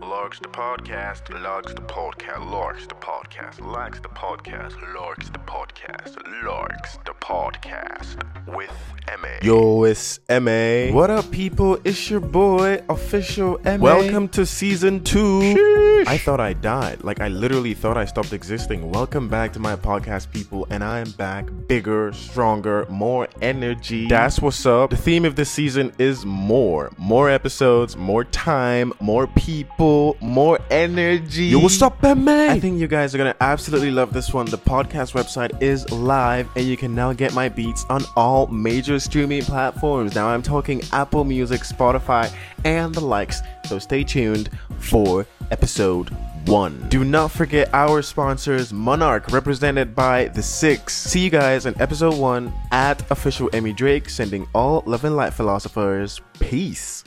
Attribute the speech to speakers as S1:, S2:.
S1: Larks the podcast, larks the podcast, larks the podcast, likes the podcast, larks the podcast, larks the podcast with MA.
S2: Yo, it's MA.
S3: What up, people? It's your boy, official MA.
S2: Welcome to season two.
S3: Sheesh.
S2: I thought I died. Like, I literally thought I stopped existing. Welcome back to my podcast, people. And I am back bigger, stronger, more energy. That's what's up. The theme of this season is more. More episodes, more time, more people, more energy.
S3: Yo, what's up, MA?
S2: I think you guys are gonna absolutely love this one. The podcast website is live, and you can now get my beats on all major streaming platforms. Now I'm talking Apple Music, Spotify, and the likes. So stay tuned for episode one. Do not forget our sponsors, Monarch, represented by the Six. See you guys in episode one at official Emmy Drake, sending all love and light philosophers peace.